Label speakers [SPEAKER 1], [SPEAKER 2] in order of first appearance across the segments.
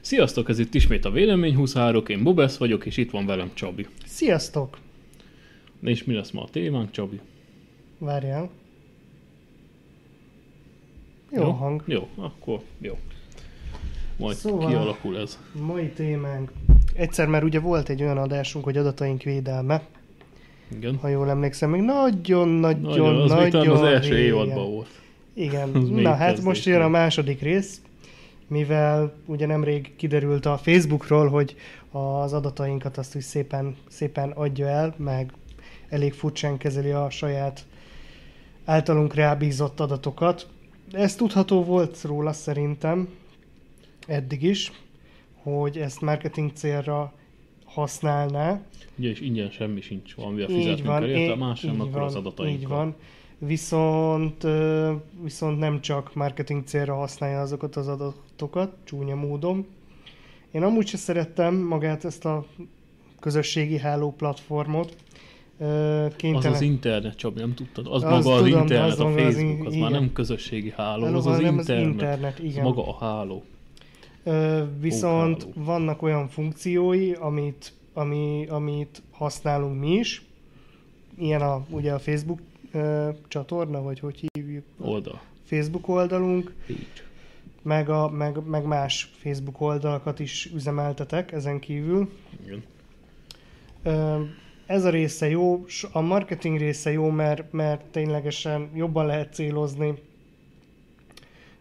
[SPEAKER 1] Sziasztok, ez itt ismét a Vélemény 23, én Bubesz vagyok, és itt van velem Csabi.
[SPEAKER 2] Sziasztok!
[SPEAKER 1] És mi lesz ma a témánk, Csabi?
[SPEAKER 2] Várjál. Jó, jó hang.
[SPEAKER 1] Jó, akkor jó. Majd szóval... kialakul ez.
[SPEAKER 2] Mai témánk. Egyszer már ugye volt egy olyan adásunk, hogy adataink védelme.
[SPEAKER 1] Igen.
[SPEAKER 2] Ha jól emlékszem, még nagyon-nagyon-nagyon nagyon,
[SPEAKER 1] az, még talán
[SPEAKER 2] nagyon
[SPEAKER 1] az első
[SPEAKER 2] régen.
[SPEAKER 1] évadban volt.
[SPEAKER 2] Igen.
[SPEAKER 1] Az még
[SPEAKER 2] Na hát most jön a
[SPEAKER 1] kezdésben.
[SPEAKER 2] második rész, mivel ugye nemrég kiderült a Facebookról, hogy az adatainkat azt úgy szépen, szépen adja el, meg elég furcsán kezeli a saját általunk rábízott adatokat. Ez tudható volt róla szerintem eddig is, hogy ezt marketing célra használná,
[SPEAKER 1] Ugye, és ingyen semmi sincs, valamivel
[SPEAKER 2] így
[SPEAKER 1] fizetnünk
[SPEAKER 2] van,
[SPEAKER 1] kell érte,
[SPEAKER 2] én-
[SPEAKER 1] más sem,
[SPEAKER 2] így
[SPEAKER 1] akkor
[SPEAKER 2] van,
[SPEAKER 1] az adatainkkal.
[SPEAKER 2] Így van. Viszont, ö, viszont nem csak marketing célra használja azokat az adatokat, csúnya módon. Én amúgy se szerettem magát ezt a közösségi háló platformot. Ö,
[SPEAKER 1] Az
[SPEAKER 2] Kénytelen.
[SPEAKER 1] az internet, Csabi, nem tudtad? Az,
[SPEAKER 2] Azt
[SPEAKER 1] maga az
[SPEAKER 2] tudom,
[SPEAKER 1] internet,
[SPEAKER 2] az
[SPEAKER 1] a
[SPEAKER 2] maga az
[SPEAKER 1] Facebook,
[SPEAKER 2] in-
[SPEAKER 1] az már
[SPEAKER 2] igen.
[SPEAKER 1] nem közösségi háló,
[SPEAKER 2] Hello,
[SPEAKER 1] az az
[SPEAKER 2] hanem az
[SPEAKER 1] internet.
[SPEAKER 2] internet,
[SPEAKER 1] az
[SPEAKER 2] igen.
[SPEAKER 1] maga a háló.
[SPEAKER 2] Ö, viszont
[SPEAKER 1] Hóháló.
[SPEAKER 2] vannak olyan funkciói, amit, ami, amit használunk mi is. Ilyen a, ugye a Facebook ö, csatorna, vagy hogy hívjuk,
[SPEAKER 1] Oldal.
[SPEAKER 2] Facebook oldalunk,
[SPEAKER 1] Így.
[SPEAKER 2] meg, a, meg, meg más Facebook oldalakat is üzemeltetek ezen kívül.
[SPEAKER 1] Igen.
[SPEAKER 2] Ö, Ez a része jó, s a marketing része jó, mert, mert ténylegesen jobban lehet célozni,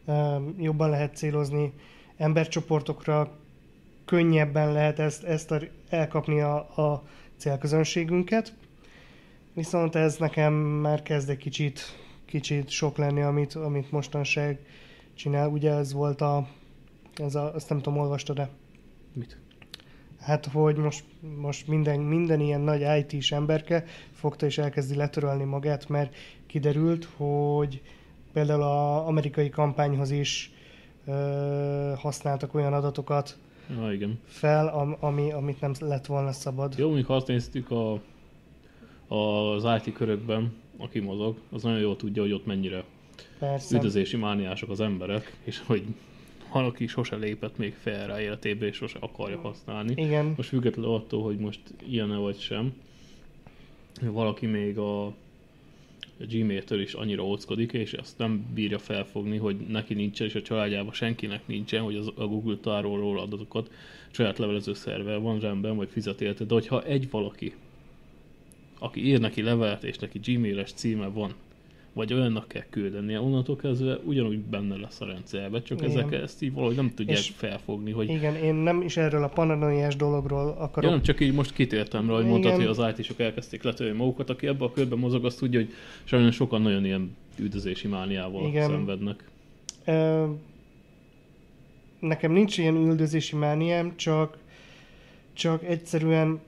[SPEAKER 2] Ö, jobban lehet célozni embercsoportokra, könnyebben lehet ezt, ezt a, elkapni a, a célközönségünket. Viszont ez nekem már kezd egy kicsit, kicsit sok lenni, amit, amit mostanság csinál. Ugye ez volt a, ez a, azt nem tudom, olvastad-e?
[SPEAKER 1] Mit?
[SPEAKER 2] Hát, hogy most, most minden, minden ilyen nagy IT-s emberke fogta és elkezdi letörölni magát, mert kiderült, hogy például az amerikai kampányhoz is ö, használtak olyan adatokat
[SPEAKER 1] Na igen.
[SPEAKER 2] fel, am, ami, amit nem lett volna szabad.
[SPEAKER 1] Jó, mondjuk ha azt néztük a, az IT körökben, aki mozog, az nagyon jól tudja, hogy ott mennyire
[SPEAKER 2] Persze.
[SPEAKER 1] üldözési mániások az emberek, és hogy van, aki sose lépett még fel rá életébe, és sose akarja használni.
[SPEAKER 2] Igen,
[SPEAKER 1] Most függetlenül attól, hogy most ilyen-e vagy sem, valaki még a a Gmail-től is annyira óckodik, és azt nem bírja felfogni, hogy neki nincsen, és a családjában senkinek nincsen, hogy az, a Google tárol róla adatokat, saját levelező szerver van rendben, vagy fizet érte, de hogyha egy valaki, aki ír neki levelet, és neki Gmail-es címe van, vagy olyannak kell küldenie, onnantól kezdve ugyanúgy benne lesz a rendszerbe, csak
[SPEAKER 2] Igen.
[SPEAKER 1] ezek ezt így valahogy nem tudják
[SPEAKER 2] És-
[SPEAKER 1] felfogni, hogy
[SPEAKER 2] igen, én nem is erről a paranoiás dologról
[SPEAKER 1] Ja,
[SPEAKER 2] akarok
[SPEAKER 1] nem csak így most kitértem rá, hogy
[SPEAKER 2] Igen.
[SPEAKER 1] mondtad, hogy az IT-sok elkezdték letörni magukat, aki ebbe a körben mozog, az tudja, hogy sajnos sokan nagyon ilyen üldözési mániával
[SPEAKER 2] Igen.
[SPEAKER 1] szenvednek.
[SPEAKER 2] Ö, nekem nincs ilyen üldözési mániám, csak, csak egyszerűen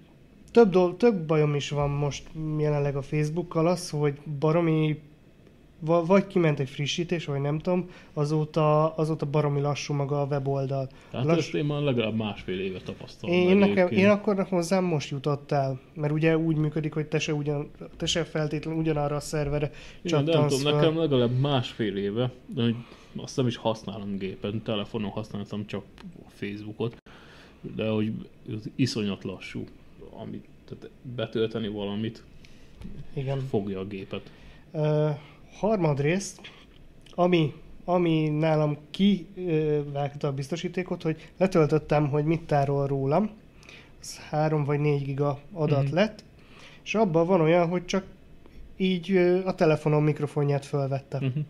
[SPEAKER 2] több, dol- több bajom is van most jelenleg a Facebookkal, az, hogy baromi va- vagy kiment egy frissítés, vagy nem tudom, azóta, azóta baromi lassú maga a weboldal.
[SPEAKER 1] Tehát
[SPEAKER 2] Lass-
[SPEAKER 1] Hát ezt én már legalább másfél éve tapasztalom.
[SPEAKER 2] Én, én, nekem,
[SPEAKER 1] egyébként.
[SPEAKER 2] én akkor hozzám most jutottál, mert ugye úgy működik, hogy te se, ugyan, te se feltétlenül ugyanarra a szerverre
[SPEAKER 1] Igen, de nem
[SPEAKER 2] csattansz
[SPEAKER 1] tudom,
[SPEAKER 2] föl.
[SPEAKER 1] nekem legalább másfél éve, de hogy azt nem is használom gépen, telefonon használtam csak a Facebookot, de hogy az iszonyat lassú, amit tehát betölteni valamit,
[SPEAKER 2] Igen.
[SPEAKER 1] fogja a gépet.
[SPEAKER 2] Ö, harmadrészt, ami, ami nálam kivágta a biztosítékot, hogy letöltöttem, hogy mit tárol rólam, az 3 vagy 4 giga adat
[SPEAKER 1] Mhm.
[SPEAKER 2] mm-hmm. lett, és abban van olyan, hogy csak így ö, a telefonom mikrofonját fölvette. Mm.
[SPEAKER 1] Uh-huh.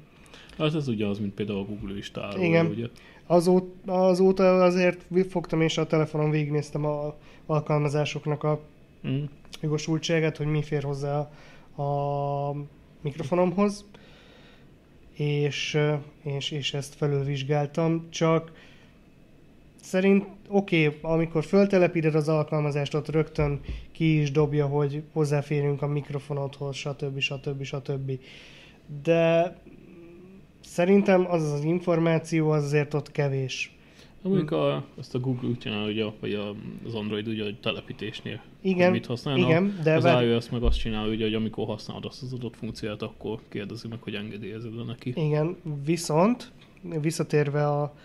[SPEAKER 1] Hát ez ugye az, mint például a Google is tárolja,
[SPEAKER 2] Igen.
[SPEAKER 1] ugye?
[SPEAKER 2] Azóta, azóta azért fogtam és a telefonon végignéztem a alkalmazásoknak a
[SPEAKER 1] Mm.
[SPEAKER 2] jogosultságát, hogy mi fér hozzá a mikrofonomhoz, és, eh, és, és ezt felülvizsgáltam, csak szerint oké, okay, amikor föltelepíted az alkalmazást, ott rögtön ki is dobja, hogy hozzáférünk a mikrofonodhoz, stb. stb. stb. De szerintem az az információ az azért ott kevés.
[SPEAKER 1] Hát
[SPEAKER 2] Hm.
[SPEAKER 1] Mondjuk a, ezt a Google úgy csinál, ugye, vagy a, az Android ugye a telepítésnél.
[SPEAKER 2] Igen,
[SPEAKER 1] hogy mit használ.
[SPEAKER 2] igen, de
[SPEAKER 1] az
[SPEAKER 2] várj-
[SPEAKER 1] iOS meg azt csinál, ugye, hogy amikor használod azt az adott funkciót, akkor kérdezi meg, hogy engedélyezed -e neki.
[SPEAKER 2] Igen, viszont visszatérve a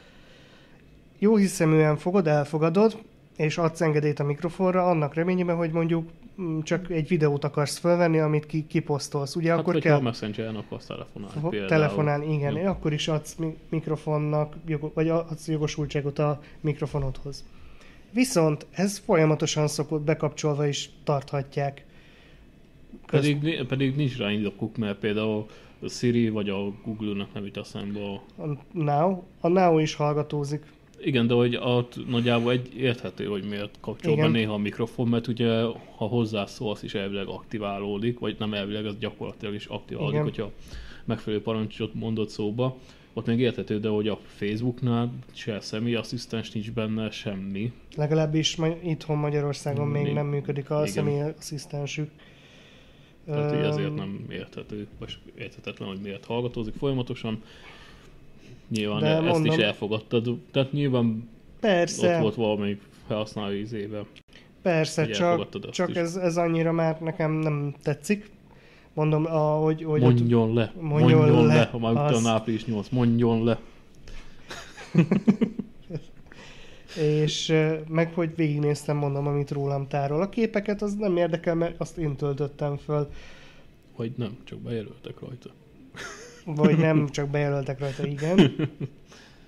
[SPEAKER 2] jó hiszeműen fogod, elfogadod, és adsz engedélyt a mikrofonra, annak reményében, hogy mondjuk mm, csak egy videót akarsz fölvenni, amit ki, kiposztolsz. Ugye
[SPEAKER 1] Hát,
[SPEAKER 2] akkor
[SPEAKER 1] akkor
[SPEAKER 2] kell
[SPEAKER 1] kell... messengeren akarsz telefonálni
[SPEAKER 2] ho-
[SPEAKER 1] például. Hm.
[SPEAKER 2] telefonálni, igen,
[SPEAKER 1] Jó.
[SPEAKER 2] ja. akkor is adsz mi- mikrofonnak, jogo- vagy adsz jogosultságot a mikrofonodhoz. Viszont ez folyamatosan szokott bekapcsolva is tarthatják. Köz-
[SPEAKER 1] Pedig, ni- pedig nincs rá indokuk, mert például a Siri vagy a Google-nak nem jut eszembe a
[SPEAKER 2] A Now, a Now is hallgatózik.
[SPEAKER 1] Igen, de hogy ott nagyjából egy érthető, hogy miért kapcsol be
[SPEAKER 2] Igen.
[SPEAKER 1] néha a mikrofon, mert ugye ha hozzászólsz is elvileg aktiválódik, vagy nem elvileg, az gyakorlatilag is aktiválódik,
[SPEAKER 2] Igen.
[SPEAKER 1] hogyha megfelelő parancsot mondod szóba. Ott még érthető, de hogy a Facebooknál se személyasszisztens nincs benne, semmi.
[SPEAKER 2] Legalábbis ma- itthon Magyarországon még,
[SPEAKER 1] Még-
[SPEAKER 2] nem működik a
[SPEAKER 1] igen.
[SPEAKER 2] személyasszisztensük.
[SPEAKER 1] Tehát így ezért
[SPEAKER 2] Öm,
[SPEAKER 1] nem érthető, vagy érthetetlen, hogy miért hallgatózik folyamatosan. Nyilván
[SPEAKER 2] De
[SPEAKER 1] de ezt mondom. is
[SPEAKER 2] mondom-
[SPEAKER 1] elfogadtad, tehát nyilván
[SPEAKER 2] Persze,
[SPEAKER 1] ott volt valamelyik felhasználó izébe.
[SPEAKER 2] persze,
[SPEAKER 1] hogy elfogadtad
[SPEAKER 2] csak,
[SPEAKER 1] azt
[SPEAKER 2] csak
[SPEAKER 1] is.
[SPEAKER 2] ez, ez annyira már nekem nem tetszik. Mondom, ahogy, hogy ott-
[SPEAKER 1] Mondjon le,
[SPEAKER 2] mondjon
[SPEAKER 1] mondjon, mondjon le,
[SPEAKER 2] le,
[SPEAKER 1] le, ha már
[SPEAKER 2] az.
[SPEAKER 1] utána április 8, mondjon le.
[SPEAKER 2] és ö, meg hogy végignéztem, mondom, amit rólam tárol. A képeket az nem érdekel, mert azt én töltöttem föl,
[SPEAKER 1] Vagy nem, csak bejelöltek rajta.
[SPEAKER 2] vagy nem, csak bejelöltek rajta, igen.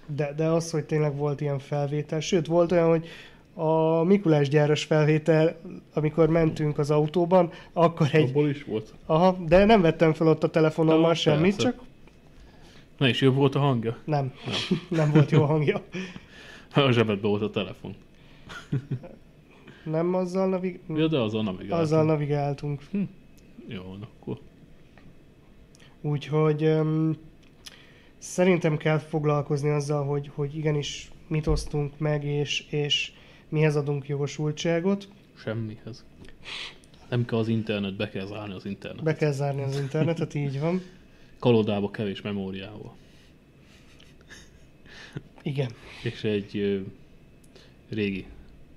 [SPEAKER 2] De, de az, hogy tényleg volt ilyen felvétel, sőt, volt olyan, hogy a Mikulás gyáros felvétel, amikor mentünk az autóban, akkor
[SPEAKER 1] Egy...
[SPEAKER 2] egy...
[SPEAKER 1] Abból is volt.
[SPEAKER 2] Aha, de nem vettem fel ott a
[SPEAKER 1] Na,
[SPEAKER 2] telefonommal
[SPEAKER 1] persze.
[SPEAKER 2] semmit, csak
[SPEAKER 1] Na és jobb volt a hangja?
[SPEAKER 2] nem. Nem volt jó hangja.
[SPEAKER 1] A zsebedben volt a telefon.
[SPEAKER 2] Nem azzal, navig...
[SPEAKER 1] Ja, de azzal nem
[SPEAKER 2] azzal navigáltunk.
[SPEAKER 1] Jó, van, akkor.
[SPEAKER 2] Úgyhogy um, szerintem kell foglalkozni azzal, hogy, hogy igenis mit osztunk meg, és, és mihez adunk jogosultságot.
[SPEAKER 1] Semmihez. Nem kell az internet, be kell zárni az internet.
[SPEAKER 2] Be kell zárni az internetet, így van.
[SPEAKER 1] Kalodába kevés memóriával.
[SPEAKER 2] Igen.
[SPEAKER 1] És egy ö, régi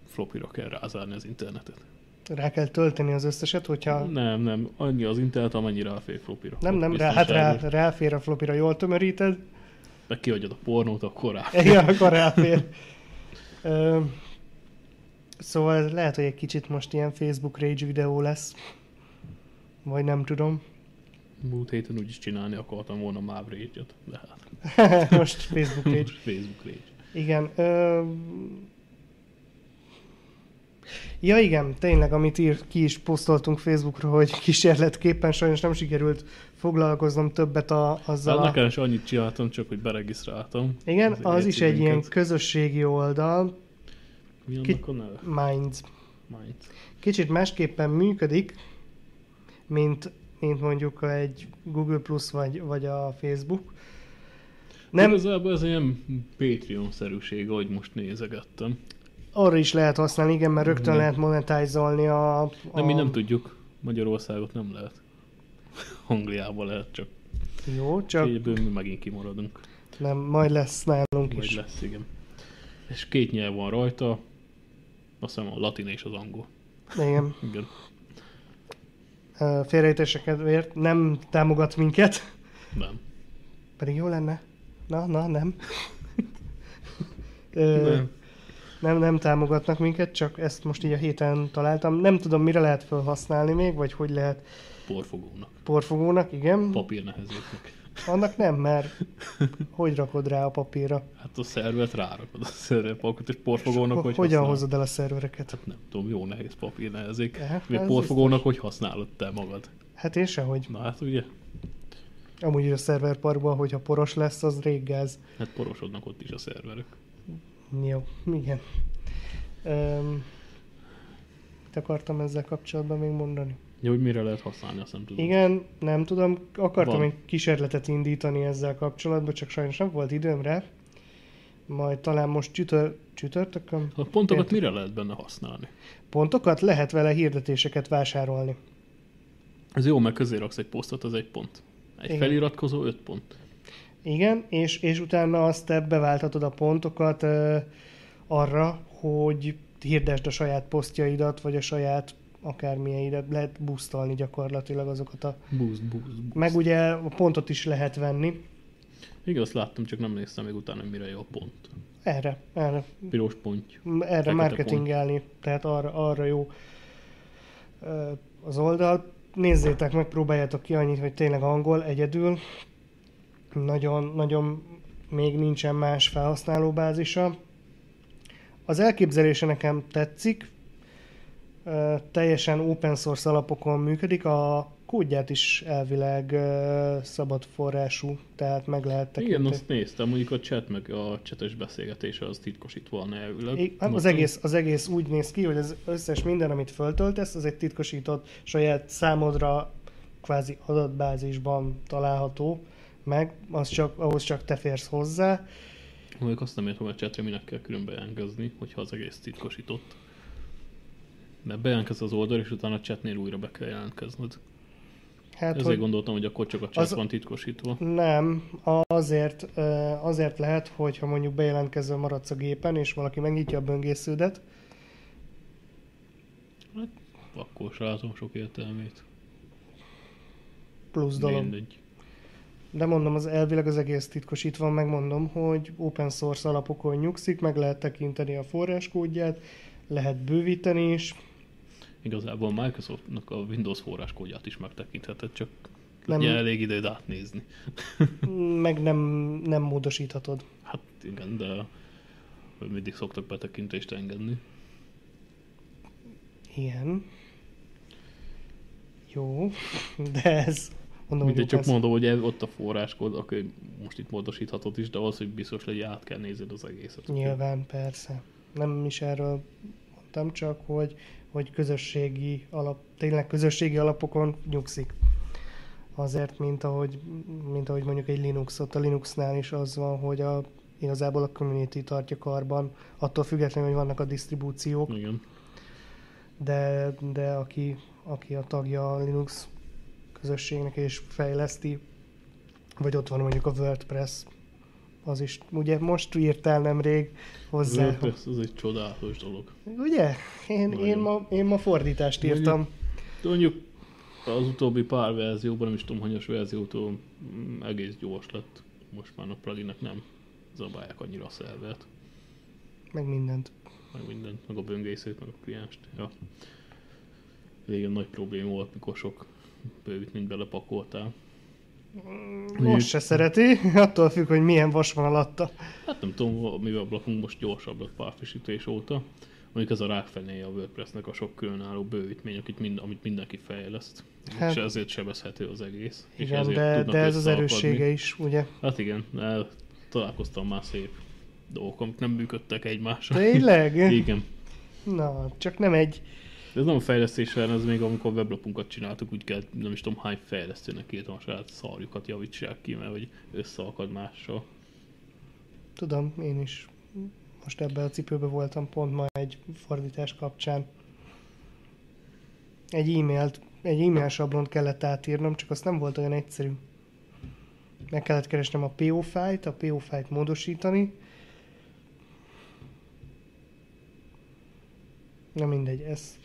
[SPEAKER 1] flopira kell rázárni az internetet.
[SPEAKER 2] Rá kell tölteni az összeset, hogyha...
[SPEAKER 1] Nem, nem, annyi az internet, amennyire elfér flopira.
[SPEAKER 2] Nem, nem, rá, hát
[SPEAKER 1] Biztonságos.
[SPEAKER 2] rá, ráfér a flopira, jól tömöríted,
[SPEAKER 1] Meg kiadjad a pornót, akkor rá.
[SPEAKER 2] igen, akkor ráfér. Öm, Szóval ez lehet, hogy egy kicsit most ilyen Facebook rage videó lesz. Vagy nem tudom.
[SPEAKER 1] Múlt héten úgyis csinálni akartam volna már régyet, de hát
[SPEAKER 2] Most Facebook rage.
[SPEAKER 1] most Facebook régy.
[SPEAKER 2] Igen. Ö... Ja igen, tényleg, amit ír, ki is posztoltunk Facebookra, hogy kísérletképpen sajnos nem sikerült foglalkoznom többet a, azzal.
[SPEAKER 1] Hát
[SPEAKER 2] A...
[SPEAKER 1] nekem is annyit csináltam, csak hogy beregisztráltam.
[SPEAKER 2] Igen,
[SPEAKER 1] egy
[SPEAKER 2] az is egy ilyen
[SPEAKER 1] címünket.
[SPEAKER 2] közösségi oldal,
[SPEAKER 1] Mi annak
[SPEAKER 2] ki-
[SPEAKER 1] a neve?
[SPEAKER 2] Minds.
[SPEAKER 1] Mind.
[SPEAKER 2] Kicsit másképpen működik, mint, mint mondjuk egy Google Plus vagy, vagy a Facebook.
[SPEAKER 1] Nem.
[SPEAKER 2] Nem,
[SPEAKER 1] Igazából ez ilyen Patreon-szerűség, ahogy most nézegettem.
[SPEAKER 2] arra is lehet használni, igen, mert rögtön
[SPEAKER 1] Nem.
[SPEAKER 2] lehet monetizálni a... a...
[SPEAKER 1] De mi nem tudjuk, Magyarországot nem lehet. Angliában lehet, csak,
[SPEAKER 2] Jó, csak
[SPEAKER 1] csak. ebből mi megint kimaradunk.
[SPEAKER 2] nem, majd lesz nálunk
[SPEAKER 1] Vagy
[SPEAKER 2] is.
[SPEAKER 1] lesz, igen. És két nyelv van rajta, azt hiszem a latin és az angol.
[SPEAKER 2] Igen,
[SPEAKER 1] Igen.
[SPEAKER 2] Ö, félreértése kedvéért nem támogat minket,
[SPEAKER 1] Nem.
[SPEAKER 2] pedig jó lenne. Na, na, nem. Ö,
[SPEAKER 1] Nem.
[SPEAKER 2] nem, nem támogatnak minket, csak ezt most így a héten találtam. Nem tudom, mire lehet felhasználni még, vagy hogy lehet
[SPEAKER 1] Porfogónak.
[SPEAKER 2] porfogónak, igen.
[SPEAKER 1] Papír nehezéknek.
[SPEAKER 2] Annak nem, mert hogy rakod rá a papírra?
[SPEAKER 1] Hát a szervet rárakod a szerepalkot, és porfogónak, hogy
[SPEAKER 2] Hogyan
[SPEAKER 1] használod?
[SPEAKER 2] hozod el a szervereket?
[SPEAKER 1] Hát nem tudom, jó nehéz papír nehezik.
[SPEAKER 2] Hát,
[SPEAKER 1] Mi
[SPEAKER 2] ez
[SPEAKER 1] porfogónak, hogy használod te magad?
[SPEAKER 2] Hát én sehogy.
[SPEAKER 1] Na hát ugye,
[SPEAKER 2] Amúgy a szerverparkban, hogyha poros lesz, az rég gáz.
[SPEAKER 1] hát porosodnak ott is a szerverek.
[SPEAKER 2] Jó, igen. Öm, mit akartam ezzel kapcsolatban még mondani?
[SPEAKER 1] Ja, hogy mire lehet használni, azt nem tudom.
[SPEAKER 2] Igen, nem tudom, akartam
[SPEAKER 1] Van.
[SPEAKER 2] egy kísérletet indítani ezzel kapcsolatban, csak sajnos nem volt időm rá. Majd talán most csütör, csütörtökön
[SPEAKER 1] A pontokat
[SPEAKER 2] Értem.
[SPEAKER 1] mire lehet benne használni?
[SPEAKER 2] pontokat lehet vele hirdetéseket vásárolni.
[SPEAKER 1] Ez jó, mert közé raksz egy posztot, az egy pont. Egy
[SPEAKER 2] Igen.
[SPEAKER 1] Igen. feliratkozó, öt pont.
[SPEAKER 2] Igen, és, és utána azt te beváltatod a pontokat ö, arra, hogy hirdesd a saját posztjaidat, vagy a saját akármilyeidet. Lehet boostolni gyakorlatilag azokat a
[SPEAKER 1] Boost, boost, boost.
[SPEAKER 2] Meg ugye a pontot is lehet venni,
[SPEAKER 1] Igen, azt láttam, csak nem néztem még utána, hogy mire jó a pont.
[SPEAKER 2] Erre, erre,
[SPEAKER 1] Piros ponty.
[SPEAKER 2] erre
[SPEAKER 1] Fekete
[SPEAKER 2] marketingelni, tehát arra, arra jó ö, az oldal. Nézzétek meg, próbáljátok ki annyit, hogy tényleg angol, egyedül. Nagyon, nagyon még nincsen más felhasználóbázisa. Az elképzelése nekem tetszik, Ö, teljesen open source alapokon működik, a kódját is elvileg ö, szabad forrású, tehát meg lehet
[SPEAKER 1] Igen,
[SPEAKER 2] tekinteni.
[SPEAKER 1] azt néztem, mondjuk a chat meg a csetes beszélgetése az titkosítva van elvileg.
[SPEAKER 2] I- hát Az
[SPEAKER 1] Most-
[SPEAKER 2] egész, az egész úgy néz ki, hogy az összes minden, amit föltöltesz, az egy titkosított saját számodra kvázi adatbázisban található, meg az csak, ahhoz csak te férsz hozzá.
[SPEAKER 1] Mondjuk azt nem értem, hogy a chatre minek kell külön bejelentkezni, hogyha az egész titkosított. De bejelentkezz az oldal, és utána a chatnél újra be kell jelentkezned.
[SPEAKER 2] Hát,
[SPEAKER 1] Ezért
[SPEAKER 2] hogy
[SPEAKER 1] gondoltam, hogy akkor csak a chat
[SPEAKER 2] Az-
[SPEAKER 1] van titkosítva.
[SPEAKER 2] nem, azért, ö, azért lehet, hogyha mondjuk bejelentkező maradsz a gépen, és valaki megnyitja a böngésződet,
[SPEAKER 1] Akkor se látom sok értelmét.
[SPEAKER 2] plusz dolog.
[SPEAKER 1] Mindegy.
[SPEAKER 2] De mondom, az elvileg az egész titkosítva, megmondom, hogy open source alapokon nyugszik, meg lehet tekinteni a forráskódját, lehet bővíteni is,
[SPEAKER 1] Igazából a Microsoftnak a Windows forráskódját is megtekintheted, csak
[SPEAKER 2] Nem.
[SPEAKER 1] nem. legyen elég időd átnézni.
[SPEAKER 2] meg nem, nem módosíthatod.
[SPEAKER 1] Hát igen, de mindig szoktak betekintést engedni.
[SPEAKER 2] Ilyen. Jó, de ez... Mondom,
[SPEAKER 1] Mindegy, csak
[SPEAKER 2] open source.
[SPEAKER 1] mondom, hogy el- ott a forráskód, akkor most itt módosíthatod is, de az, hogy biztos legyen, át kell nézned az egészet.
[SPEAKER 2] Nyilván, persze. Nem is erről mondtam, csak hogy, hogy közösségi alap, tényleg közösségi alapokon nyugszik. Azért, mint ahogy, mint ahogy mondjuk egy Linux, ott a Linuxnál is az van, hogy a, igazából a community tartja karban, attól függetlenül, hogy vannak a disztribúciók,
[SPEAKER 1] Igen.
[SPEAKER 2] de, de aki, aki a tagja a Linux közösségnek és fejleszti, vagy ott van mondjuk a WordPress, az is, ugye most írtál nemrég
[SPEAKER 1] Az
[SPEAKER 2] hozzá.
[SPEAKER 1] WordPress az egy csodálatos dolog.
[SPEAKER 2] Ugye? Én, én,
[SPEAKER 1] Nagyon.
[SPEAKER 2] ma, én ma fordítást
[SPEAKER 1] Mondjuk-
[SPEAKER 2] írtam.
[SPEAKER 1] De mondjuk az utóbbi pár verzióban, nem is tudom, hanyas verziótól mm, egész gyors lett. Most már a pluginek nem zabálják annyira a szervert,
[SPEAKER 2] Meg mindent.
[SPEAKER 1] meg mindent, meg a böngészőt, meg a klienst. Ja. Régen nagy probléma volt, mikor sok bővítményt belepakoltál.
[SPEAKER 2] Most se szereti, attól függ, hogy milyen vas van alatta.
[SPEAKER 1] Hát nem tudom, mivel blokunk most gyorsabb lett pár frissítés óta. Mondjuk ez a rákfenéje a WordPressnek a sok különálló bővítmény, akit mind, amit mindenki fejleszt.
[SPEAKER 2] Hát-
[SPEAKER 1] Hát, és ezért sebezhető az egész. és
[SPEAKER 2] Igen,
[SPEAKER 1] ezért
[SPEAKER 2] de,
[SPEAKER 1] tudnak
[SPEAKER 2] de ez az
[SPEAKER 1] összeakadni.
[SPEAKER 2] erőssége is, ugye?
[SPEAKER 1] Hát igen, el- találkoztam már szép dolgok, amik nem működtek egymásra.
[SPEAKER 2] Tényleg?
[SPEAKER 1] igen.
[SPEAKER 2] Na, csak nem egy.
[SPEAKER 1] De ez nem a fejlesztés ellen, ez még amikor weblapunkat csináltuk, úgy kell, nem is tudom hány fejlesztőnek írtam a saját szarjukat javítsák ki, mert hogy összeakad mással.
[SPEAKER 2] Tudom, én is most ebben a cipőben voltam pont ma egy fordítás kapcsán. Egy e-mailt, egy e-mail sablont kellett átírnom, csak azt nem volt olyan egyszerű. Meg kellett keresnem a PO fájt, a PO fájt módosítani. Na mindegy, ez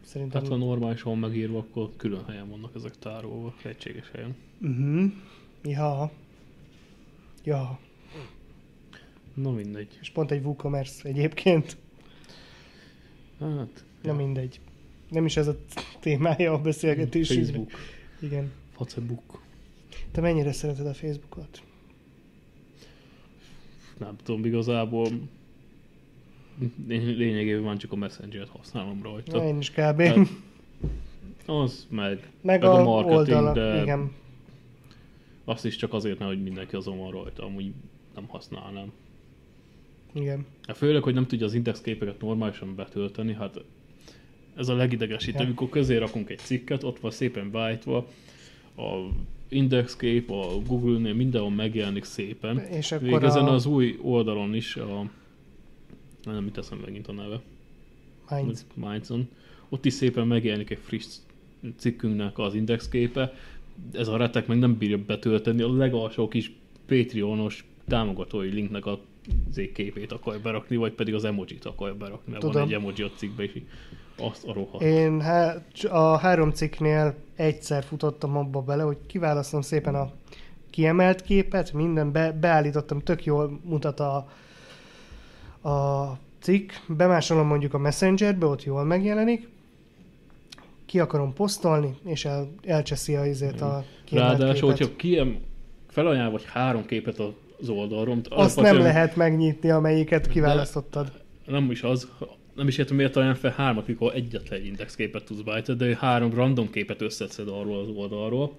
[SPEAKER 2] szerintem...
[SPEAKER 1] Tehát ha normálisan van megírva, akkor külön helyen vannak ezek tárolva, egységes helyen.
[SPEAKER 2] Uh-huh. Ja. Ja.
[SPEAKER 1] Na mindegy.
[SPEAKER 2] És pont egy WooCommerce egyébként.
[SPEAKER 1] Hát,
[SPEAKER 2] Na mindegy. Nem is ez a témája a beszélgetésünknek.
[SPEAKER 1] Facebook,
[SPEAKER 2] Igen.
[SPEAKER 1] Facebook,
[SPEAKER 2] Te mennyire szereted a Facebookot?
[SPEAKER 1] nem tudom, igazából én lényegében már csak a Messenger-t használom rajta.
[SPEAKER 2] Na, én is kb.
[SPEAKER 1] Hát, Az meg
[SPEAKER 2] Meg
[SPEAKER 1] ez a
[SPEAKER 2] a,
[SPEAKER 1] marketing,
[SPEAKER 2] oldala.
[SPEAKER 1] de-
[SPEAKER 2] Igen.
[SPEAKER 1] Azt is csak azért nem, hogy mindenki azon van rajta, amúgy nem használnám.
[SPEAKER 2] Igen.
[SPEAKER 1] Hát Főleg, hogy nem tudja az index képeket normálisan betölteni, hát ez a legidegesítő,
[SPEAKER 2] Ja.
[SPEAKER 1] ja. amikor közé rakunk egy cikket, ott van szépen beállítva, a indexkép, a Google-nél mindenhol megjelenik szépen.
[SPEAKER 2] És akkor
[SPEAKER 1] Még ezen
[SPEAKER 2] a
[SPEAKER 1] az új oldalon is, a... Na, nem mit teszem megint a neve,
[SPEAKER 2] Minds.
[SPEAKER 1] Mindson, ott is szépen megjelenik egy friss cikkünknek az indexképe, ez a retek meg nem bírja betölteni, a legalsó kis Patreonos támogatói linknek a Z képét akarja berakni, vagy pedig az emojit akarja berakni, mert
[SPEAKER 2] Tudom.
[SPEAKER 1] van egy emoji a cikkben, és így azt a rohadt.
[SPEAKER 2] Én há- cs- a három cikknél egyszer futottam abba bele, hogy kiválasztom szépen a kiemelt képet, minden be, beállítottam, tök jól mutat a, a cikk, bemásolom mondjuk a Messengerbe, ott jól megjelenik, ki akarom posztolni, és el, elcseszi a izét a kiemelt
[SPEAKER 1] Mhm. Ráadásul,
[SPEAKER 2] képet.
[SPEAKER 1] hogyha kiem felajánl vagy három képet az oldalról, amit
[SPEAKER 2] Azt nem
[SPEAKER 1] alapvetően
[SPEAKER 2] lehet megnyitni, amelyiket kiválasztottad.
[SPEAKER 1] Nem is az, nem is értem, miért ajánl fel hármat, mikor egyetlen indexképet tudsz beállítani, de három random képet összeszed arról az oldalról.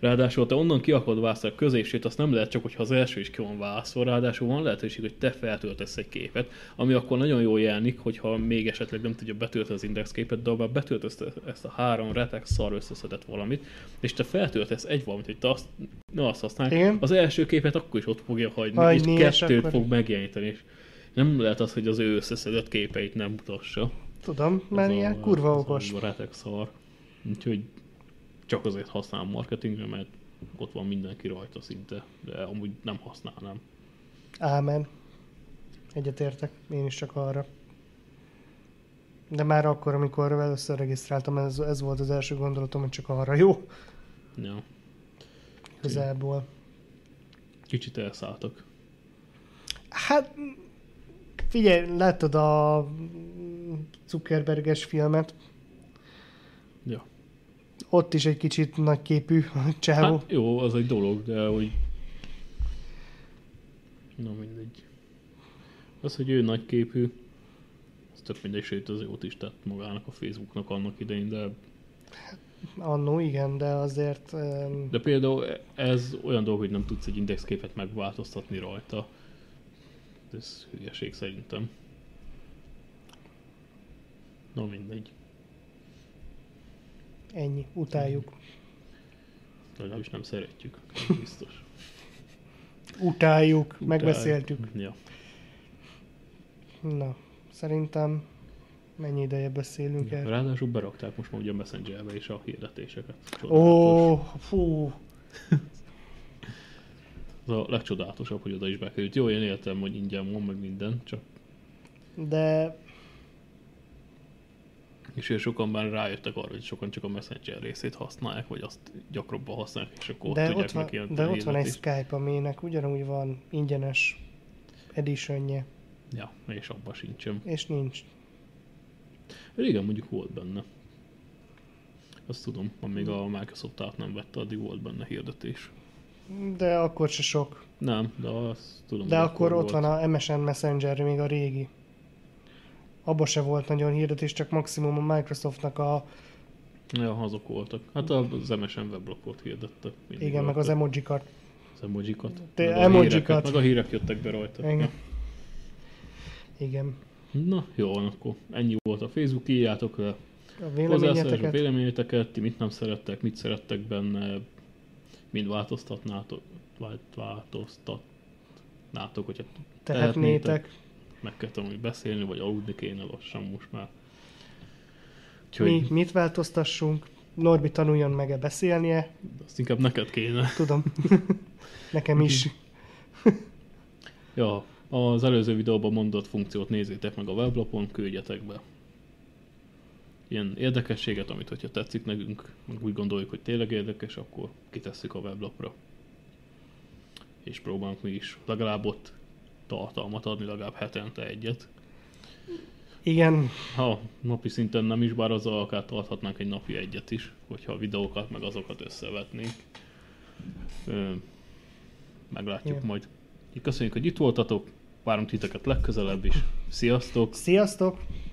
[SPEAKER 1] Ráadásul te onnan ki akarod választani a középsét, azt nem lehet csak, hogyha az első is ki van válaszol, ráadásul van lehetőség, hogy te feltöltesz egy képet, ami akkor nagyon jól jelenik, hogyha még esetleg nem tudja betölteni az indexképet, de ha már betöltesz ezt a három retek szar összeszedett valamit, és te feltöltesz egy valamit, hogy te azt, ne azt használj,
[SPEAKER 2] Igen.
[SPEAKER 1] az első képet akkor is ott fogja hagyni,
[SPEAKER 2] Hagyni,
[SPEAKER 1] és
[SPEAKER 2] és
[SPEAKER 1] kettőt
[SPEAKER 2] akkor-
[SPEAKER 1] fog megjeleníteni, és nem lehet az, hogy az ő összeszedett képeit nem mutassa.
[SPEAKER 2] Tudom, mert
[SPEAKER 1] Ez a-
[SPEAKER 2] ilyen kurva
[SPEAKER 1] ez a
[SPEAKER 2] okos.
[SPEAKER 1] Barátek szar. Úgyhogy csak azért használom marketingre, mert ott van mindenki rajta szinte, de amúgy nem használnám.
[SPEAKER 2] Ámen. Egyetértek, én is csak arra. De már akkor, amikor először regisztráltam, ez, ez volt az első gondolatom, hogy csak arra jó,
[SPEAKER 1] Ja.
[SPEAKER 2] közelból.
[SPEAKER 1] Kicsit elszálltak.
[SPEAKER 2] Hát, figyelj, láttad a Zuckerberges filmet,
[SPEAKER 1] Ja.
[SPEAKER 2] ott is egy kicsit nagyképű a csávó.
[SPEAKER 1] Hát jó, az egy dolog, de hogy... Na mindegy. Az, hogy ő nagyképű, az tök mindegy, sőt az jót is tett magának a Facebooknak annak idején, de
[SPEAKER 2] Annó igen, de azért... Um,
[SPEAKER 1] De például ez olyan dolog, hogy nem tudsz egy indexképet megváltoztatni rajta. Ez hülyeség szerintem. Na mindegy.
[SPEAKER 2] ennyi, utáljuk.
[SPEAKER 1] Legalábbis nem szeretjük. Biztos.
[SPEAKER 2] Utáljuk, megbeszéltük.
[SPEAKER 1] Ja.
[SPEAKER 2] Na, szerintem mennyi ideje beszélünk erről?
[SPEAKER 1] Ráadásul berakták most már ugye a Messengerbe is a hirdetéseket. Csodálatos.
[SPEAKER 2] Ó, fú,
[SPEAKER 1] Az a legcsodálatosabb, hogy oda is bekerült. Jó, én értem, hogy ingyen van, meg minden, csak
[SPEAKER 2] de
[SPEAKER 1] és ilyen sokan már rájöttek arra, hogy sokan csak a Messenger részét használják, vagy azt gyakrabban használják, és akkor
[SPEAKER 2] de
[SPEAKER 1] tudják
[SPEAKER 2] ott van,
[SPEAKER 1] neki a
[SPEAKER 2] de ott van egy
[SPEAKER 1] hirdetést.
[SPEAKER 2] Skype, aminek ugyanúgy van ingyenes editionje,
[SPEAKER 1] Ja, és abban sincsen.
[SPEAKER 2] és nincs.
[SPEAKER 1] Régen mondjuk volt benne. Azt tudom, amíg a Microsoft át nem vette, addig volt benne hirdetés.
[SPEAKER 2] De akkor se sok.
[SPEAKER 1] Nem, de azt tudom.
[SPEAKER 2] De
[SPEAKER 1] hogy
[SPEAKER 2] akkor ott
[SPEAKER 1] volt.
[SPEAKER 2] van a MSN Messenger, még a régi. Abba se volt nagyon hirdetés, csak maximum a Microsoftnak a,
[SPEAKER 1] Ja, azok voltak. Hát az MSN weblapot hirdette. Mindig
[SPEAKER 2] igen, meg az
[SPEAKER 1] rajta.
[SPEAKER 2] emojikat.
[SPEAKER 1] az emojikat.
[SPEAKER 2] Te-
[SPEAKER 1] meg a
[SPEAKER 2] emojikat.
[SPEAKER 1] híreket, Meg a hírek jöttek be rajta.
[SPEAKER 2] Igen. Igen.
[SPEAKER 1] Na, jó van akkor. Ennyi volt a Facebook, írjátok le
[SPEAKER 2] A
[SPEAKER 1] hozzászólások,
[SPEAKER 2] véleményeteket.
[SPEAKER 1] véleményeteket, ti mit nem szerettek, mit szerettek benne, mind változtatnátok, vált- változtatnátok, hogyha
[SPEAKER 2] Tehetnétek.
[SPEAKER 1] meg kell tanulni beszélni, vagy aludni kéne lassan most már. Úgyhogy
[SPEAKER 2] Mi, mit változtassunk? Norbi tanuljon meg-e beszélnie?
[SPEAKER 1] azt inkább neked kéne.
[SPEAKER 2] Tudom. Nekem is.
[SPEAKER 1] Mhm. Ja, az előző videóban mondott funkciót nézzétek meg a weblapon, küldjetek be. Ilyen érdekességet, amit hogyha tetszik nekünk, meg úgy gondoljuk, hogy tényleg érdekes, akkor kitesszük a weblapra. És próbálunk mi is legalább ott tartalmat adni, legalább hetente egyet.
[SPEAKER 2] Igen,
[SPEAKER 1] Ha napi szinten nem is, bár azzal akár tarthatnánk egy napi egyet is, hogyha a videókat meg azokat összevetnénk. Ö, meglátjuk
[SPEAKER 2] Igen.
[SPEAKER 1] majd. Köszönjük, hogy itt voltatok, várunk titeket legközelebb is. Sziasztok!
[SPEAKER 2] sziasztok!